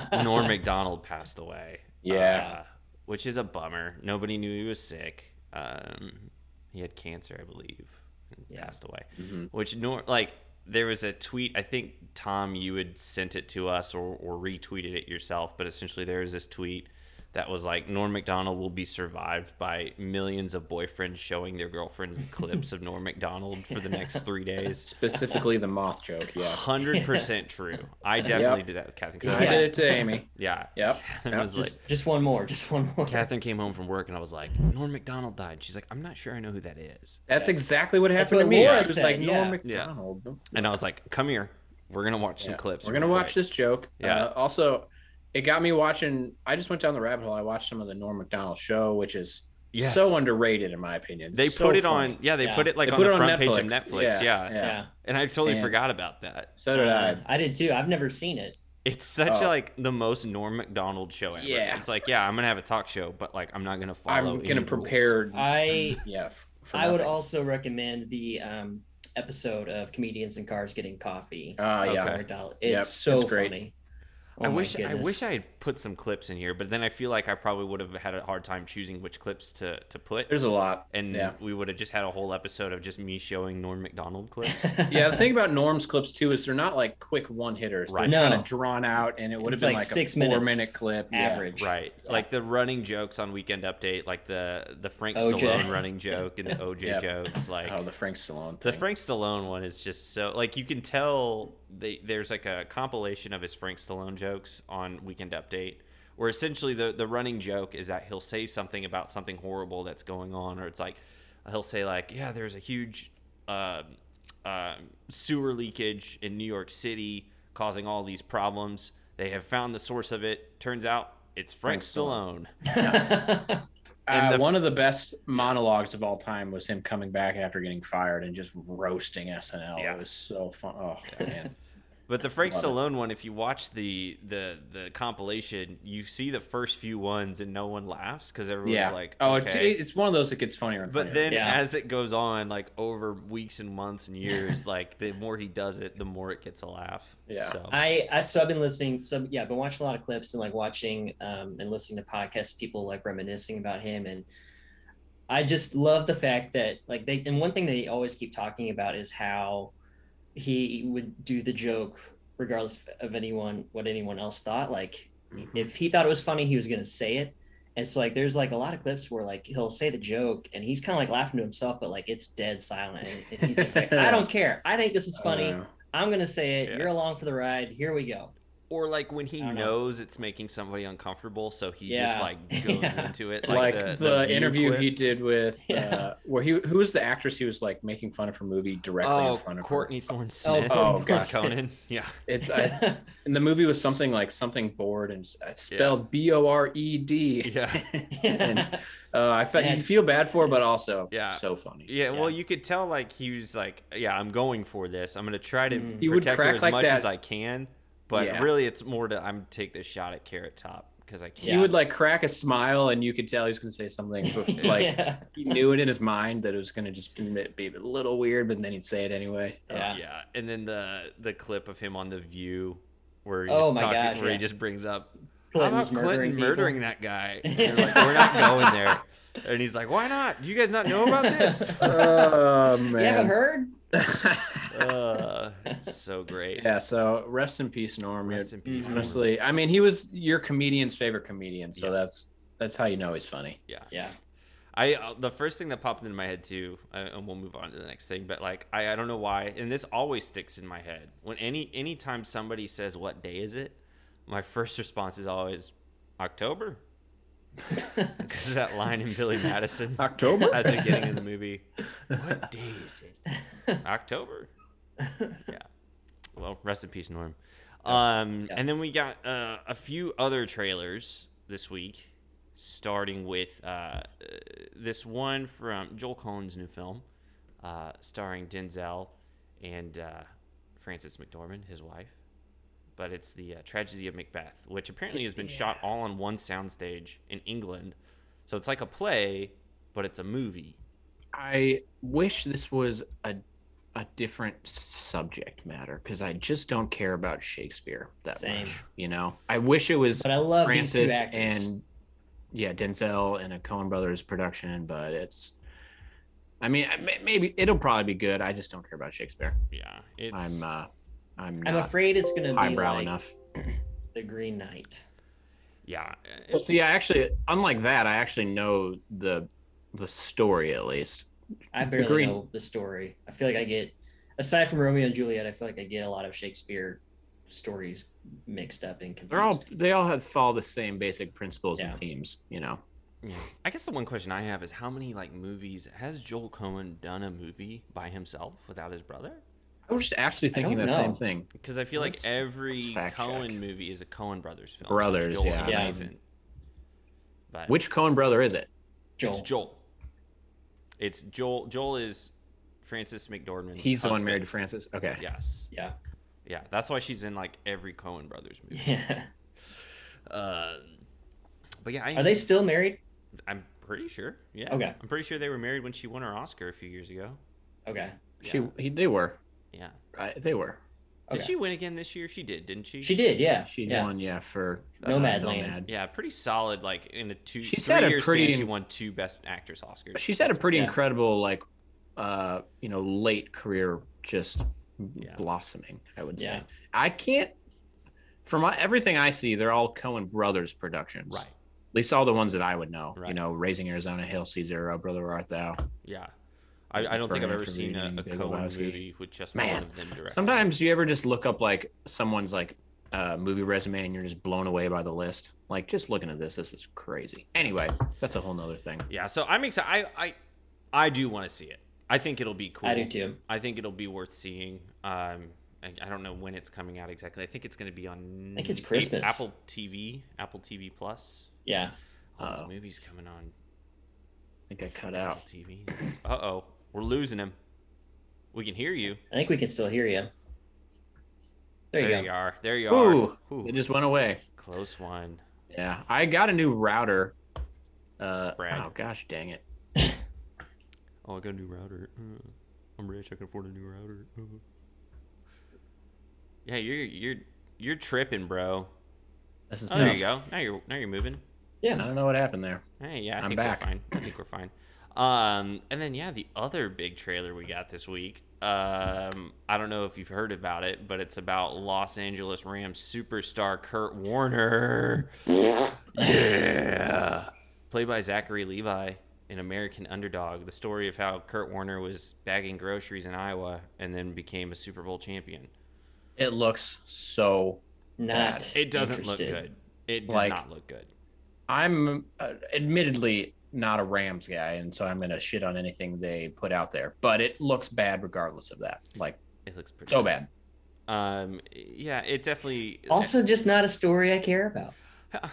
A: uh, Norm Macdonald passed away.
B: Yeah.
A: uh, which is a bummer. Nobody knew he was sick. Um, he had cancer, I believe, and passed away. Which nor like there was a tweet. I think Tom, you had sent it to us or, or retweeted it yourself. But essentially, there was this tweet that was like Norm Macdonald will be survived by millions of boyfriends showing their girlfriends clips of Norm Macdonald for the next three days.
B: Specifically the moth joke. Yeah.
A: Hundred percent true. I definitely did that with Catherine. 'cause I
B: I
A: had-
B: did it to Amy.
A: yeah.
B: Yep.
A: Catherine
B: Yep,
A: was
C: Just,
A: like,
C: just one more. Just one more.
A: Catherine came home from work and I was like, Norm McDonald died. She's like, I'm not sure I know who that is.
B: That's exactly what happened
C: what
B: to me.
C: Laura
B: She was
C: said,
B: like,
C: yeah.
B: Norm
A: Yeah.
B: McDonald.
A: And I was like, come here. We're going to watch some clips.
B: We're gonna
A: real
B: watch
A: quick."
B: this joke.
A: Yeah.
B: Uh, also, it got me watching. I just went down the rabbit hole. I watched some of the Norm Macdonald show, which is
A: Yes.
B: so underrated in my opinion.
A: They
B: So
A: put it
B: funny.
A: on. Yeah, they
C: Yeah.
A: put it like
B: They
A: on
B: put
A: the
B: it on
A: front page of
B: Netflix.
A: Netflix.
B: Yeah,
A: Yeah. Uh,
B: yeah.
C: yeah.
A: And I totally
B: And-
A: forgot about that.
B: So did I.
C: I did too. I've never seen it.
A: It's such
B: Oh.
A: like the most Norm McDonald show ever.
B: Yeah.
A: It's like, yeah, I'm going to have a talk show, but like, I'm not going to follow.
B: I'm
A: any
B: gonna
A: rules.
B: prepare.
C: I
B: yeah. f- For
C: I would
B: nothing.
C: also recommend the um, episode of comedians in cars getting coffee.
B: Ah, yeah.
A: Okay.
C: Or doll- It's
B: Yep,
C: so
B: it's great.
C: funny.
B: oh
C: Oh
A: I wish I wish I had put some clips in here, but then I feel like I probably would have had a hard time choosing which clips to, to put.
B: There's a lot.
A: and
B: yeah.
A: we would have just had a whole episode of just me showing Norm McDonald clips.
B: Yeah, the thing about Norm's clips too is they're not like quick one hitters.
A: Right.
B: They're kind
C: No.
B: of drawn out, and it would have
C: It's
B: been
C: like
B: like,
C: six
B: a four
C: minutes
B: minute clip. Yeah.
C: average.
A: Right. Like the running jokes on Weekend Update, like the the Frank
C: OJ.
A: Stallone running joke and the OJ
B: Yep.
A: jokes. Like
B: Oh, the Frank Stallone.
A: the
B: thing.
A: Frank Stallone one is just so like you can tell they, there's like a compilation of his Frank Stallone jokes on Weekend Update. Where essentially the, the running joke is that he'll say something about something horrible that's going on, or it's like he'll say like, yeah, there's a huge um um sewer leakage in New York City causing all these problems. They have found the source of it. Turns out it's
B: Frank
A: Frank, Stallone.
B: Stallone.
A: And
B: uh,
A: the-
B: one of the best monologues of all time was him coming back after getting fired and just roasting SNL.
A: Yeah.
B: It was so fun. Oh man,
A: But the Frank
B: Love it.
A: Stallone one, if you watch the the the compilation, you see the first few ones and no one laughs because everyone's
B: yeah.
A: like,
B: oh, it-
A: okay.
B: it's one of those that gets funnier and
A: but
B: funnier.
A: then
C: Yeah.
A: as it goes on, like over weeks and months and years, like the more he does it, the more it gets a laugh.
B: Yeah.
A: So,
C: I, I so I've been listening. So yeah, I've been watching a lot of clips and like watching um, and listening to podcasts. People like reminiscing about him, and I just love the fact that like they and one thing they always keep talking about is how he would do the joke regardless of anyone what anyone else thought. Like if he thought it was funny, he was gonna say it. And so like there's like a lot of clips where like he'll say the joke and he's kind of like laughing to himself, but like it's dead silent. And, and he's just like, I don't care. I think this is funny.
B: Uh,
C: I'm gonna say it.
A: Yeah.
C: You're along for the ride. Here we go.
A: Or like when he
C: I don't know.
A: knows it's making somebody uncomfortable, so he just
C: Yeah.
A: like goes
C: Yeah.
A: into it.
B: like, the,
A: view
B: interview
A: clip.
B: he did with uh,
C: Yeah.
B: where he who was the actress he was like making fun of her movie directly in
A: Oh,
B: front of her.
A: Courtney Thorne Smith.
B: Oh,
A: from
B: gosh.
A: Conan. Yeah.
B: It's I, and the movie was something like something bored and it's spelled B O R E D.
A: Yeah.
B: And uh, I felt you
C: Man.
B: feel bad for, it, but also
A: Yeah.
B: so funny.
A: Yeah, well, you could tell like he was like, "Yeah, I'm going for this. I'm gonna try to
C: Mm.
A: protect
B: He would
A: her
B: crack
A: as
B: like
A: much
B: that.
A: as I can." But
B: Yeah.
A: really, it's more to I'm take this shot at Carrot Top because I
B: he
A: can't.
B: would like crack a smile, and you could tell he was going to say something. bef- like uh,
C: yeah.
B: he knew it in his mind that it was going to just be a little weird, but then he'd say it anyway.
C: Yeah.
A: Yeah. and then the the clip of him on the View where he's
C: Oh
A: just
C: my
A: talking,
C: gosh,
A: where he
C: yeah.
A: just brings up
C: Clinton's
A: how about Clinton
C: people.
A: murdering, that guy. And they're like, We're not going there. And he's like, "Why not? Do you guys not know about this?"
B: Oh
C: You haven't
B: man.
C: heard?
A: Uh, it's so great.
B: Yeah, so rest in peace, Norm.
A: Rest in peace.
B: Mm-hmm.
C: Mhm.
A: Norman.
B: Honestly, I mean, he was your comedian's favorite comedian, so
A: Yeah.
B: that's that's how you know he's funny.
A: Yeah.
C: Yeah.
A: I uh, the first thing that popped into my head too, uh, and we'll move on to the next thing. But like, I, I don't know why, and this always sticks in my head. When any anytime somebody says, "What day is it?" my first response is always October, because of that line in Billy Madison
B: October.
A: at the beginning of the movie. What day is it? October. Yeah. Well, rest in peace, Norm. Um,
C: Yeah.
A: and then we got uh, a few other trailers this week, starting with uh, uh, this one from Joel Cohen's new film, uh, starring Denzel and uh, Frances McDormand, his wife. But it's the uh, tragedy of Macbeth, which apparently has been shot all on one soundstage in England. So it's like a play, but it's a movie.
B: I wish this was a a different subject matter because I just don't care about Shakespeare that
C: Same.
B: much. You know, I wish it was
C: But I love these
B: Francis
C: two actors.
B: and yeah, Denzel and a Coen Brothers production, but it's. I mean, I- may- maybe it'll probably be good. I just don't care about Shakespeare.
A: Yeah, it's
B: I'm uh, I'm
C: I'm
B: not
C: afraid it's gonna be
B: highbrow
C: like
B: enough.
C: the Green Knight.
A: yeah.
B: Well, see, I actually, unlike that, I actually know the the story at least.
C: I barely
B: Green-
C: know the story. I feel like I get, aside from Romeo and Juliet, I feel like I get a lot of Shakespeare stories mixed up and confused.
B: They're all they all have follow the same basic principles
C: Yeah.
B: and themes. You know,
A: Yeah. I guess the one question I have is how many like movies has Joel Cohen done a movie by himself without his brother?
B: I was just actually thinking that
C: don't
B: same
C: know.
B: thing.
A: Because I feel
B: Let's-
A: like every
B: let's fact
A: Cohen
B: check.
A: movie is a Cohen brothers film.
B: Brothers, yeah.
A: and
C: Yeah.
A: Nathan. But
B: Which Cohen brother is it?
C: Joel.
A: It's Joel. It's Joel. Joel is Francis McDormand.
B: He's the one married to Francis. Okay,
A: Yes.
C: Yeah,
A: Yeah. That's why she's in like every Cohen brothers movie.
C: yeah.
A: Uh, but yeah, I,
C: Are they still married?
A: I'm pretty sure. Yeah.
C: Okay.
A: I'm pretty sure they were married when she won her Oscar a few years ago.
C: Okay.
B: she he, they were
A: Yeah.
B: I, they were.
A: Did
C: Okay.
A: she win again this year? She did, didn't she?
C: She did. Yeah.
B: She
C: yeah.
B: won, yeah, for
C: That's Nomadland.
A: Yeah, pretty solid. Like in a two,
B: She's
A: three
B: had a
A: year
B: pretty-
A: span, she won two Best Actress Oscars.
B: She's had a pretty
C: Yeah.
B: incredible, like, uh, you know, late career, just
A: Yeah.
B: blossoming. I would
C: Yeah.
B: say. I can't. From my, everything I see, they're all Cohen Brothers productions.
A: right.
B: At least all the ones that I would know. You
A: Right.
B: know, Raising Arizona, Hail Caesar, Oh Brother Art Thou.
A: Yeah, I, I don't think I've
B: Burn
A: ever
B: After
A: seen a,
B: Reading,
A: a
B: Big
A: Cohen
B: Lebowski.
A: movie with just
B: Man,
A: one of them directed.
B: Sometimes you ever just look up like someone's like uh, movie resume and you're just blown away by the list. Like just looking at this, this is crazy. Anyway, that's a whole nother thing.
A: Yeah, so I'm excited. I I, I do want to see it. I think it'll be cool.
C: I do too.
A: I think it'll be worth seeing. Um, I, I don't know when it's coming out exactly. I think it's going to be on.
C: I think it's Christmas.
A: Apple TV, Apple TV Plus.
C: Yeah.
A: All
B: Uh-oh.
A: these movies coming on
B: I think I cut out.
A: Apple TV. Uh oh, we're losing him. We can hear you.
C: I think we can still hear you. There you
A: There
C: go.
A: you are. There you
B: Ooh,
A: are. Ooh,
B: it just went away.
A: close one.
B: Yeah, I got a new router. Uh,
A: Brag.
B: oh gosh, dang it!
A: Oh, I got a new router. Uh, I'm rich. I can afford a new router. Uh. Yeah, you're you're you're tripping, bro.
B: This is
A: Oh,
B: tough.
A: there you go. Now you're now you're moving.
B: I
C: Yeah.
B: don't know what happened there.
A: Hey, yeah, I
B: I'm
A: think
B: back.
A: we're fine. I think we're fine. Um, and then yeah, the other big trailer we got this week. Um, I don't know if you've heard about it, but it's about Los Angeles Rams superstar Kurt Warner. yeah, played by Zachary Levi, an American underdog. The story of how Kurt Warner was bagging groceries in Iowa and then became a Super Bowl champion.
B: It looks so.
C: Not
A: It doesn't
C: interested.
A: look good. It does
B: Like-
A: not look good.
B: I'm uh, admittedly not a Rams guy, and so I'm gonna shit on anything they put out there. But it looks bad regardless of that. Like
A: It looks pretty
B: so bad.
A: Um, yeah, it definitely.
C: Also, just not a story I care about.
B: I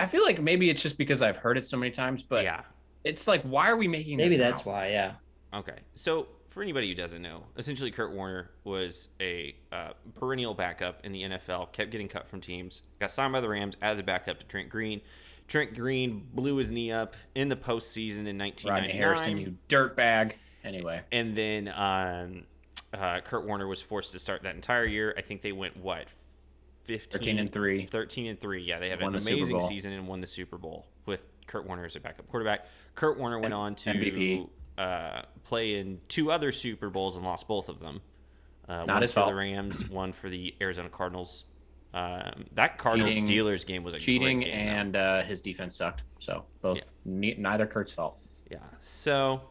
B: I feel like maybe it's just because I've heard it so many times, but
A: yeah.
B: it's like, why are we making?
C: Maybe
B: this
C: that's
B: now?
C: why. Yeah.
A: Okay. So, for anybody who doesn't know, essentially Kurt Warner was a uh, perennial backup in the NFL, kept getting cut from teams, got signed by the Rams as a backup to Trent Green. Trent Green blew his knee up in the postseason in
B: Rodney
A: 1999.
B: Harrison, you dirtbag. Anyway,
A: and then um, uh, Kurt Warner was forced to start that entire year. I think they went what 15
B: 13 and three.
A: 13 and 3. Yeah, they had
B: Won
A: an
B: the Super
A: amazing
B: Bowl.
A: season and won the Super Bowl with Kurt Warner as a backup quarterback. Kurt Warner went on to
B: MVP.
A: uh, play in two other Super Bowls and lost both of them. Uh,
B: Not
A: one
B: his
A: for
B: fault.
A: the Rams, one for the Arizona Cardinals. Um, that Cardinals
B: Cheating-
A: Steelers game was a great
B: cheating
A: game, though.
B: and uh, his defense sucked. So both ne- neither Kurt's fault.
A: Yeah. So,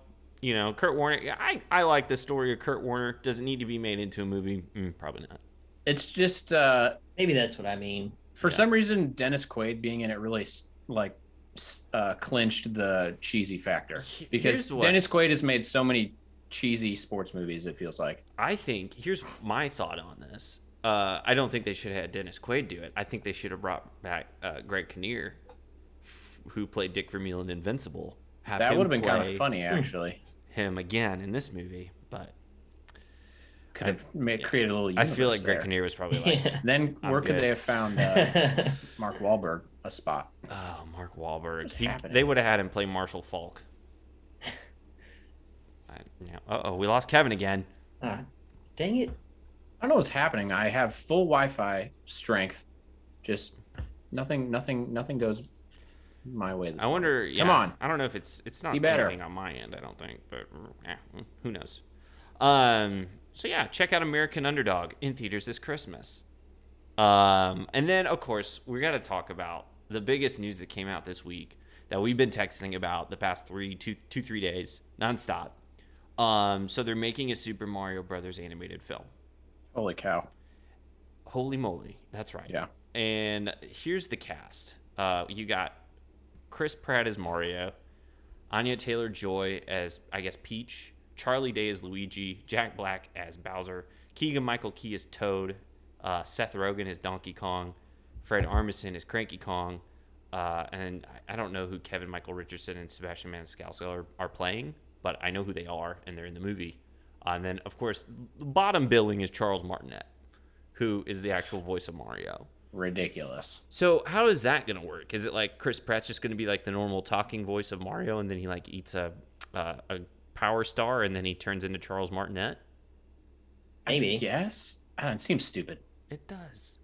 A: you know, Kurt Warner. yeah, I I like the story of Kurt Warner. Does it need to be made into a movie? Mm, probably not.
B: It's just uh,
C: Maybe that's what I mean.
B: for some reason Dennis Quaid being in it really s- like s- uh, clinched the cheesy factor because
A: here's what-
B: Dennis Quaid has made so many cheesy sports movies. It feels like
A: I think here's my thought on this. Uh, I don't think they should have had Dennis Quaid do it. I think they should have brought back uh, Greg Kinnear, f- who played Dick Vermeil in Invincible. Have
B: that
A: him
B: would have been kind of
A: play
B: funny actually.
A: Him again in this movie, but
B: Could have made, created a little.
A: I
B: universe
A: feel like Greg
B: there.
A: Kinnear was probably like,
B: Then
A: I'm
B: where could
A: good.
B: they have found uh, Mark Wahlberg a spot?
A: "Oh, Mark Wahlberg." He-
B: happening?
A: they would have had him play Marshall Falk. I, yeah. Uh oh, we lost Kevin again.
C: Ah, dang it.
B: I don't know what's happening. I have full Wi-Fi strength, just nothing, nothing, nothing goes my way. This
A: I wonder. Yeah,
B: Come on.
A: I don't know if it's it's not
B: Be better.
A: anything on my end. I don't think, but eh, who knows? Um. So yeah, check out American Underdog in theaters this Christmas. Um. And then of course we got to talk about the biggest news that came out this week that we've been texting about the past three, two, two, three days nonstop. Um. So they're making a Super Mario Brothers animated film.
B: Holy cow!
A: Holy moly. That's right.
B: Yeah.
A: And here's the cast. Uh, you got Chris Pratt as Mario, Anya Taylor Joy as, I guess, Peach, Charlie Day as Luigi, Jack Black as Bowser, Keegan Michael Key as Toad, uh, Seth Rogen as Donkey Kong, Fred Armisen as Cranky Kong, uh, and I- I don't know who Kevin Michael Richardson and Sebastian Maniscalco are, are playing, but I know who they are, and they're in the movie. Uh, and then, of course, the bottom billing is Charles Martinet, who is the actual voice of Mario.
B: Ridiculous.
A: So how is that gonna work? Is it like Chris Pratt's just gonna be like the normal talking voice of Mario, and then he like eats a uh, a power star, and then he turns into Charles Martinet?
C: Maybe.
B: Yes, I don't, it seems stupid.
A: It does.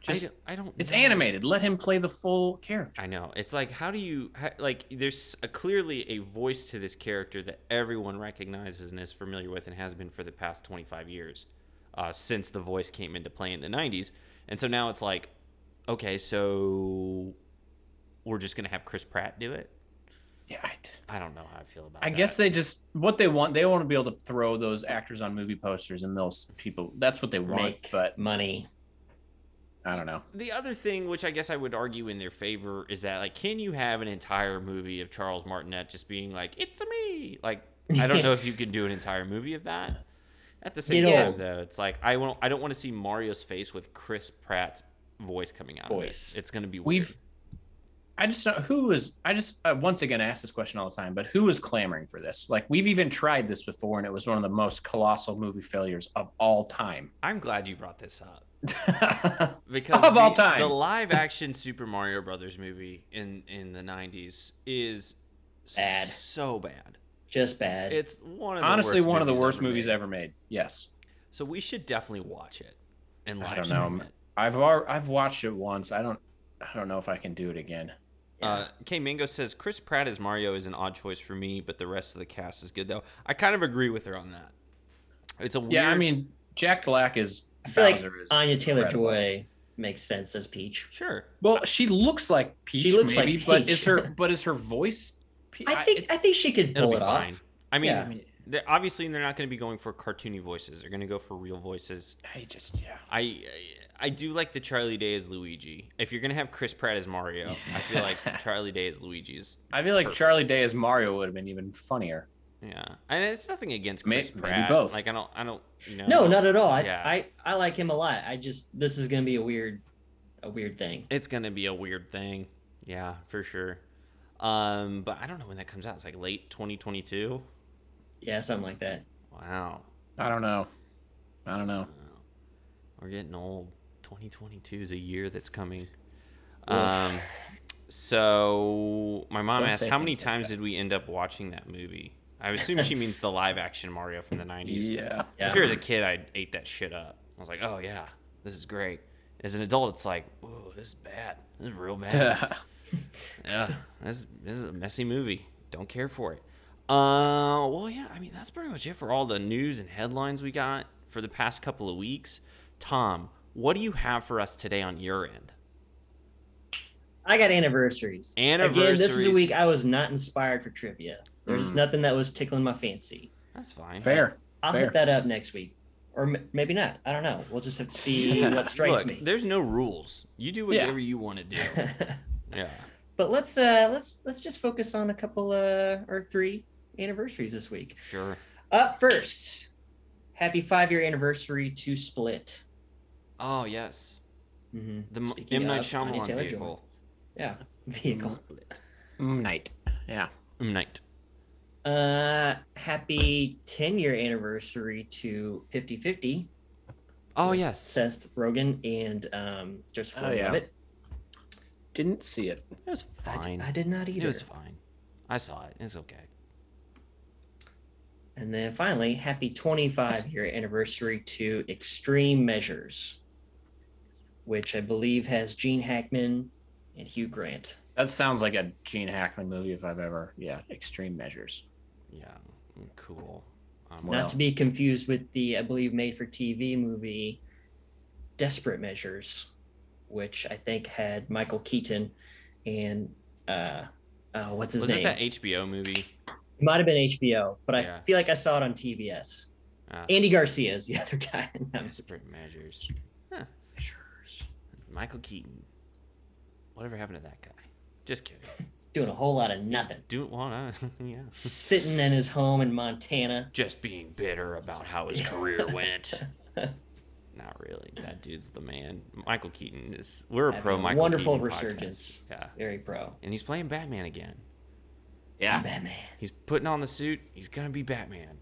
B: Just-
A: I don't. I don't
B: It's
A: know.
B: animated. Let him play the full character.
A: I know. It's like how do you how, like? There's a, clearly a voice to this character that everyone recognizes and is familiar with, and has been for the past 25 years, uh, since the voice came into play in the 90s. And so now it's like, okay, so we're just gonna have Chris Pratt do it.
B: Yeah, I,
A: I don't know how I feel about.
B: I
A: that.
B: guess they just what they want. They want to be able to throw those actors on movie posters and those people. That's what they want.
C: Make
B: But
C: money.
B: I don't know.
A: the other thing, which I guess I would argue in their favor, is that like, can you have an entire movie of Charles Martinet just being like, "It's a me"? Like, I don't know if you can do an entire movie of that. At the same
C: Get
A: time,
C: old.
A: though, it's like I won't. I don't want to see Mario's face with Chris Pratt's voice coming out.
C: Voice.
A: Of it. It's gonna be weird.
B: We've. I just don't, who is I just uh, once again I ask this question all the time, but who is clamoring for this? Like we've even tried this before, and it was one of the most colossal movie failures of all time.
A: I'm glad you brought this up.
B: I
A: because
B: Of
A: the,
B: all time.
A: the live action Super Mario Brothers movie in in the '90s is
C: Bad.
A: so bad.
C: Just bad.
A: It's one of the
B: Honestly,
A: worst
B: one of the
A: movies
B: worst
A: ever
B: movies
A: made.
B: ever made. Yes,
A: So we should definitely watch it and live
B: I don't
A: stream
B: know. I've al- I've watched it once. I don't I don't know if I can do it again.
A: it. Uh, K Mingo says Chris Pratt as Mario is an odd choice for me, but the rest of the cast is good though. I kind of agree with her on that. It's a weird,
B: Yeah, I mean, Jack Black is.
C: I feel like
B: Bowser is
C: Anya Taylor
B: incredible.
C: Joy makes sense as Peach.
A: sure.
B: Well, she looks like Peach.
C: She looks like
B: maybe, but
C: Peach.
B: is her but is her voice? Pe-
C: I think I
B: it's-
C: think she could
A: It'll
C: pull
A: be
C: it off.
A: fine. I mean,
C: Yeah.
A: they're, obviously they're not going to be going for cartoony voices. They're going to go for real voices.
B: I just yeah.
A: I, I I do like the Charlie Day as Luigi. If you're going to have Chris Pratt as Mario, I feel like Charlie Day as Luigi's.
B: I feel like Charlie Day as Mario would have been even funnier.
A: Yeah, and it's nothing against
B: May-
A: Chris
B: maybe
A: Pratt.
B: both.
A: Like I don't, I don't, you know.
C: No, not at all. I,
A: Um, Yeah.
C: I I like him a lot. I just this is gonna be a weird, a weird thing.
A: It's gonna be a weird thing. Yeah, for sure. Um, but I don't know when that comes out. It's like late 2022.
C: Yeah, something like that.
A: Wow,
B: I don't know. I don't know.
A: we're getting old. 2022 is a year that's coming. Um, so my mom
C: Don't
A: asked,
C: say
A: how many
C: things like
A: times did we end up watching that movie? I assume she means the live action Mario from the 90s.
B: Yeah.
A: I'm
C: Yeah.
A: sure as a kid, I ate that shit up. I was like, oh yeah, this is great. As an adult, it's like, whoa, this is bad. This is real bad. yeah, this, this is a messy movie. Don't care for it. Uh, well, yeah, I mean, that's pretty much it for all the news and headlines we got for the past couple of weeks. Tom, what do you have for us today on your end?
C: I got anniversaries. Again, this is a
A: Anniversaries. Mm.
C: week I was not inspired for trivia. There's just nothing that was tickling my fancy.
A: That's fine.
B: Fair.
C: I'll
B: Fair.
C: hit that up next week, or m- maybe not. I don't know. We'll just have to see what strikes
A: Look,
C: me.
A: there's no rules. You do
B: Yeah.
A: whatever you want to do. yeah.
C: but let's uh let's let's just focus on a couple uh or three anniversaries this week.
A: Sure.
C: Up first, happy five year anniversary to Split.
A: Oh yes.
C: Mm-hmm.
A: The M,
C: Speaking
A: M. Night
C: of, Anya
A: Shyamalan
C: Taylor-Joy.
A: vehicle.
C: Yeah, vehicle.
B: Mm, Night. Yeah.
A: M. Night.
C: Uh, happy 10 year anniversary to 50 50,
A: Oh yes.
C: Seth Rogen and um, Joseph
B: Oh,
C: Gordon
B: yeah.
C: Levitt.
B: Didn't see it.
A: It was
C: I, d-
A: fine.
C: I did not
A: it
C: either.
A: was fine. I saw it. It's okay.
C: And then finally, happy 25 year anniversary to Extreme Measures, which I believe has Gene Hackman and Hugh Grant.
B: That sounds like a Gene Hackman movie if I've ever. Yeah. Extreme Measures.
A: Yeah. mm, Cool. Um,
B: Wow.
C: Not to be confused with the, I believe, made for TV movie Desperate Measures, which I think had Michael Keaton and, uh, uh, what's his
A: was it
C: name?
A: that HBO movie?
C: It might have been HBO, but
A: Yeah.
C: I feel like I saw it on TBS.
A: Ah.
C: Andy Garcia is the other guy. in that.
A: Desperate Measures. Huh.
B: Measures.
A: Michael Keaton. Whatever happened to that guy? Just kidding.
C: Doing a whole lot of nothing.
A: Do want yeah.
C: Sitting in his home in Montana.
A: Just being bitter about how his career went. Not really. That dude's the man. Michael Keaton is. We're a
C: Having
A: pro
C: a
A: Michael
C: wonderful
A: Keaton podcast.
C: resurgence.
A: Yeah.
C: Very pro.
A: And he's playing Batman again.
B: Yeah.
C: Batman.
A: He's putting on the suit. He's gonna be Batman.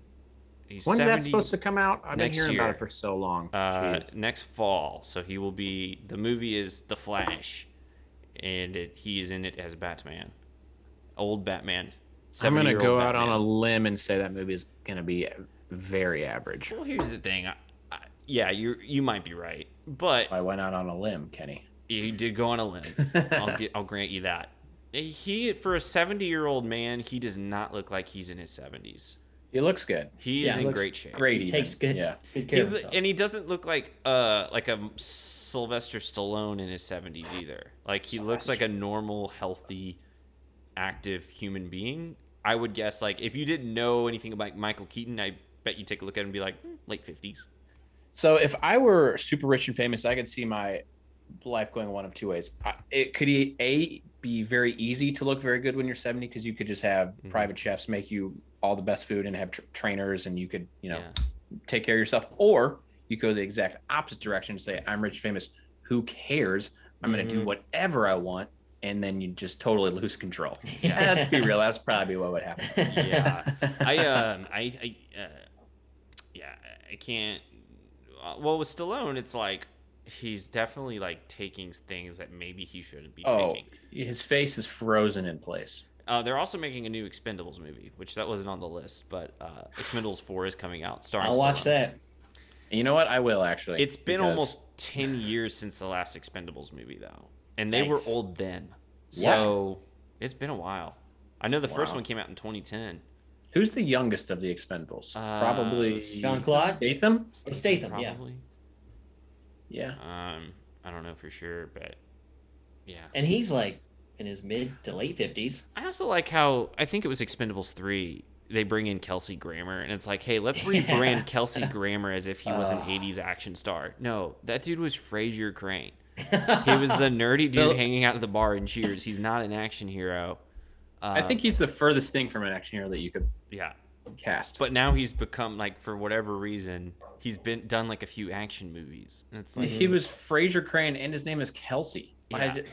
A: He's
B: When's that
A: 70
B: supposed to come out? I've been
A: next
B: hearing
A: year.
B: about it for so long.
A: Uh,
B: Jeez.
A: next fall, so he will be. The movie is The Flash, and it, he is in it as Batman, old Batman.
B: I'm gonna
A: 70-year-old
B: go out on a
A: Batman.
B: limb and say that movie is gonna be very average.
A: Well, here's the thing. I, I, yeah, you you might be right, but
B: I went out on a limb, Kenny.
A: You did go on a limb. I'll, gi- I'll grant you that. He, for a 70 year old man, he does not look like he's in his 70s.
B: He looks good.
A: He
C: Yeah,
A: is
C: he
A: in
C: looks
A: great shape.
B: Great.
C: He
B: even.
C: takes good,
B: Yeah.
C: good care
A: He
C: of
A: lo-
C: himself.
A: and he doesn't look like uh like a Sylvester Stallone in his 70s either. Like he looks like a normal, healthy, active human being. I would guess like if you didn't know anything about Michael Keaton, I bet you take a look at him and be like "Hmm, late 50s.
B: So if I were super rich and famous, I could see my life going one of two ways. I, it could e- a be very easy to look very good when you're 70 because you could just have private chefs make you all the best food and have tr trainers and you could you know
A: Yeah.
B: take care of yourself. Or you go the exact opposite direction and say I'm rich, famous. Who cares? I'm gonna do
C: Mhm.
B: whatever I want, and then you just totally lose control. Yeah, let's be real. That's probably what would happen.
A: yeah i um i i uh, yeah i can't uh, well with stallone it's like he's definitely like taking things that maybe he shouldn't be
B: Oh,
A: taking
B: his face is frozen in place.
A: uh, they're also making a new expendables movie which that wasn't on the list but uh expendables 4 is coming out starring
C: I'll watch
A: Stallone.
C: that.
B: And you know what? I will actually.
A: it's been
B: because-
A: almost 10 years since the last expendables movie though and they
C: Yikes.
A: were old then so It's been a while. I know the first
B: Wow.
A: one came out in 2010.
B: Who's the youngest of the Expendables?
A: Uh,
B: Probably
C: John Claude?
B: Statham.
C: Or Statham, yeah.
A: probably.
B: Yeah.
A: Um, I don't know for sure, but yeah.
C: And he's like in his mid to late 50s.
A: I also like how I think it was Expendables three. They bring in Kelsey Grammer, and it's like, hey, let's rebrand Kelsey Grammer as if he was an '80s action star. No, that dude was Frazier Crane. He was the nerdy dude
B: No.
A: hanging out at the bar in Cheers. He's not an action hero. Uh,
B: I think he's the furthest thing from an action hero that you could
A: Um, yeah,
B: cast.
A: but now he's become like for whatever reason he's been done like a few action movies, and it's like
B: he was Fraser Crane, and his name is Kelsey. I,
A: Mm-hmm. Yeah.
B: d-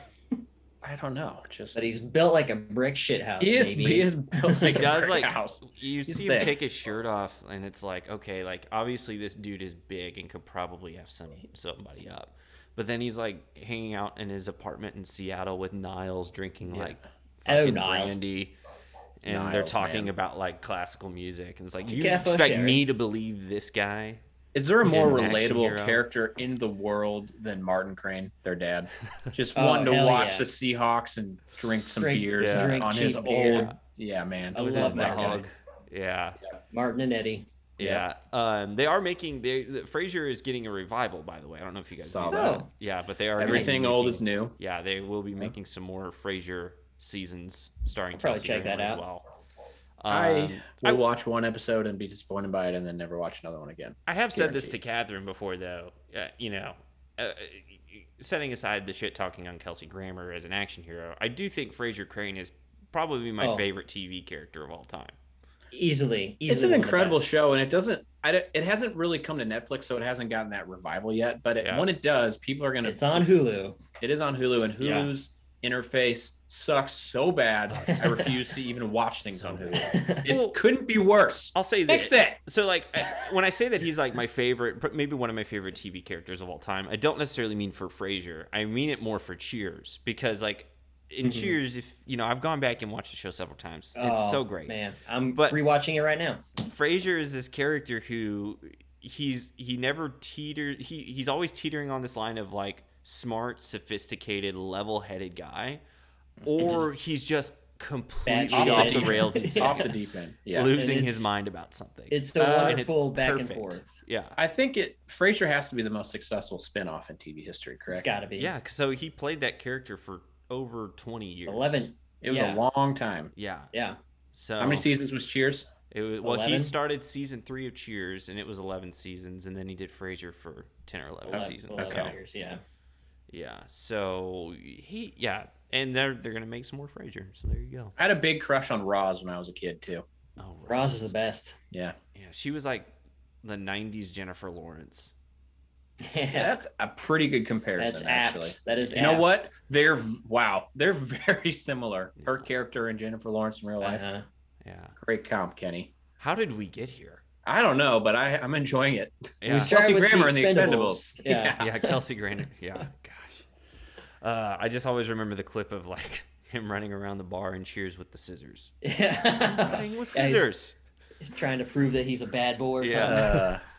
B: I don't know. Just
C: But he's built like a brick shit house.
B: he is
C: baby.
B: he is built like
A: he does
B: a brick
A: like
B: house.
A: you
B: He's
A: see him
B: thick.
A: take his shirt off and it's like okay like obviously this dude is big and could probably have some somebody up but then he's like hanging out in his apartment in seattle with niles drinking like
C: Oh,
A: fucking
C: Niles.
A: brandy and they're
B: Niles,
A: talking
B: man.
A: about like classical music and it's like you
C: Careful,
A: expect
C: Sherry.
A: me to believe this guy
B: Is there a more
A: an action
B: relatable
A: hero.
B: character in the world than Martin Crane, their dad? Just
C: Oh,
B: wanting to
C: hell
B: watch
C: yeah.
B: the Seahawks and drink some
C: Drink-
B: beers
A: Yeah.
C: drink
B: on his
C: cheap beer.
B: old. Yeah, man.
C: I
B: with
A: with
C: love
A: his
B: his
C: that guy.
A: dog yeah
C: Martin and Eddie.
A: yeah, um they are making they the, frasier is getting a revival by the way i don't know if you guys
B: Saw
A: knew
B: that.
C: Oh.
A: yeah but they are
B: Everything
A: making-
B: old is new.
A: Yeah, they will be making some more Frasier seasons starring
C: I'll probably
A: Kelsey
C: check that
A: Grammer as
C: out.
A: well.
B: I
A: Um,
B: will watch one episode and be disappointed by it, and then never watch another one again.
A: I have said this to Catherine before, though. Uh, you know, uh, setting aside the shit talking on Kelsey Grammer as an action hero, I do think Frasier Crane is probably my
C: Oh.
A: favorite TV character of all time.
C: Easily. easily
B: It's an
C: one of the
B: incredible
C: best.
B: show, and it doesn't. I don't- it hasn't really come to Netflix, so it hasn't gotten that revival yet. But it,
A: Yeah.
B: when it does, people are gonna.
C: It's on Hulu.
B: It is on Hulu, and
A: Yeah.
B: Hulu's interface sucks so bad.
C: Oh,
B: I refuse to even watch things on Hulu. It
A: Well-
B: couldn't be worse.
A: I'll say this.
B: Fix it.
A: So, like, I- when I say that he's like my favorite, pr- maybe one of my favorite TV characters of all time, I don't necessarily mean for Frasier. I mean it more for Cheers because, like, in Cheers, if you know, I've gone back and watched the show several times. it's
C: Mm-hmm. Oh,
A: so great.
C: Man, I'm
A: But-
C: rewatching it right now.
A: Frasier is this character who he's he never teeter he he's always teetering on this line of like smart, sophisticated, level-headed guy, or he's just completely
C: Batshit.
A: off the rails and
C: Yeah.
A: insane,
B: Off the deep end. Yeah.
A: losing
C: And
A: his
C: it's-
A: mind about something.
C: It's
B: Uh,
C: the
B: and
A: And it's
C: wonderful back and
A: perfect.
C: forth.
A: Yeah.
B: I think it Frasier has to be the most successful spin-off in TV history,
C: It's
B: correct?
C: got to be.
A: Yeah, 'cause- so he played that character for over 20 years.
C: 11.
B: it was
C: yeah. Oh.
B: a long time.
A: Yeah.
C: Yeah.
A: So
B: How many seasons was Cheers?
A: It was, well, he
C: 11?
A: started season 3 of Cheers and it was 11 seasons and then he did Frasier for 10 or 11
C: Eleven-
A: seasons.
C: eleven
A: So,
C: years, yeah.
A: yeah. So he yeah, and they're they're going to make some more Frasier. So there you go.
B: I had a big crush on Roz when I was a kid too.
A: Oh, right.
C: Roz is the best.
B: Yeah.
A: Yeah, she was like the 90s Jennifer Lawrence.
C: Yeah.
B: That's a pretty good comparison
C: That's apt.
B: actually.
C: That is
B: You know
C: apt.
B: what? They're v- wow. They're very similar. Her character and Jennifer Lawrence in real life.
C: Uh-huh.
A: Yeah.
B: Great comp, Kenny.
A: How did we get here?
B: I don't know, but I, I'm enjoying it.
A: Yeah.
C: We started
B: Kelsey
C: with
B: Grammer and
C: the
B: the
C: Expendables.
B: Expendables.
C: Yeah.
A: yeah, Kelsey Granner. Yeah, gosh. Uh, I just always remember the clip of like him running around the bar and cheers with the scissors.
C: Yeah.
A: Running with
C: Yeah, he's-
A: scissors.
C: he's trying to prove that he's a bad boy or
A: Yeah.
C: something.
B: Uh, man, I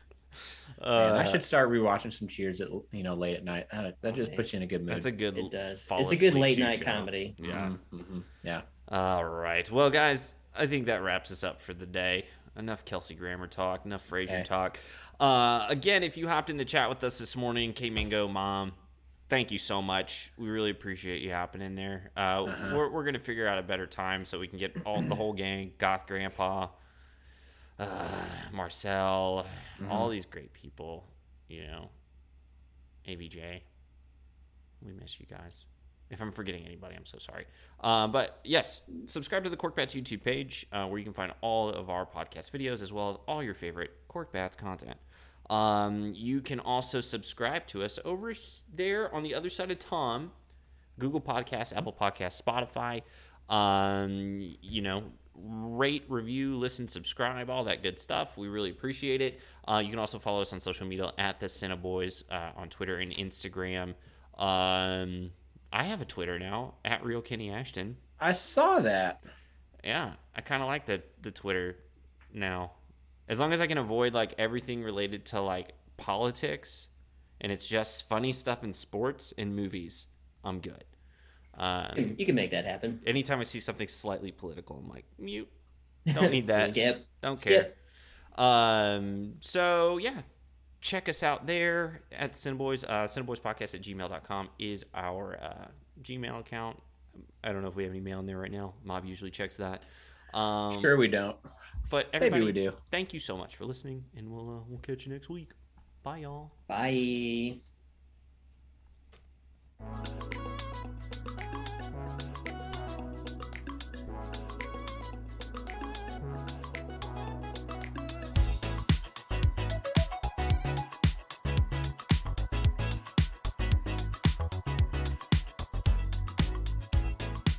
A: Uh, Oh,
B: should start rewatching some Cheers at you know late at night. That, that just
C: man.
B: puts you in a good mood.
A: that's a good.
C: It does.
A: fall
C: it's a good
A: asleep
C: late
A: to
C: night
A: show.
C: comedy. Mm-hmm.
A: Yeah.
B: Mhm. Yeah.
A: All right. Well, guys, I think that wraps us up for the day. Enough Kelsey Grammer talk. Enough Frasier
B: Okay.
A: talk. Uh, again, if you hopped in the chat with us this morning, K Mingo Mom, thank you so much. We really appreciate you hopping in there. Uh, We're, we're gonna figure out a better time so we can get all the whole gang, Goth Grandpa, uh, Marcel, all these great people. You know, AVJ. We miss you guys. If I'm forgetting anybody, I'm so sorry. Uh, but yes, subscribe to the Cork Bats YouTube page uh, where you can find all of our podcast videos as well as all your favorite Cork Bats content. Um, you can also subscribe to us over he- there on the other side of Tom, Google Podcasts, Apple Podcasts, Spotify. Um, you know, rate, review, listen, subscribe, all that good stuff. We really appreciate it. Uh, you can also follow us on social media at the Cineboys uh, on Twitter and Instagram. Um, I have a Twitter now at Real Kenny Ashton.
B: I saw that.
A: Yeah, I kind of like the the Twitter now, as long as I can avoid like everything related to like politics, and it's just funny stuff in sports and movies. I'm good. Um,
C: You can make that happen.
A: anytime I see something slightly political, I'm like, mute. Don't need that.
C: Skip.
A: Don't
C: Skip.
A: care. Um, so yeah, check us out there at Cineboys. Uh, Cineboyspodcast at gmail.com is our uh, Gmail account. I don't know if we have any mail in there right now. Mob usually checks that. Um,
B: Sure, we don't.
A: But
B: Maybe
A: everybody,
B: we do.
A: Thank you so much for listening, and we'll uh, we'll catch you next week. Bye, y'all.
C: Bye.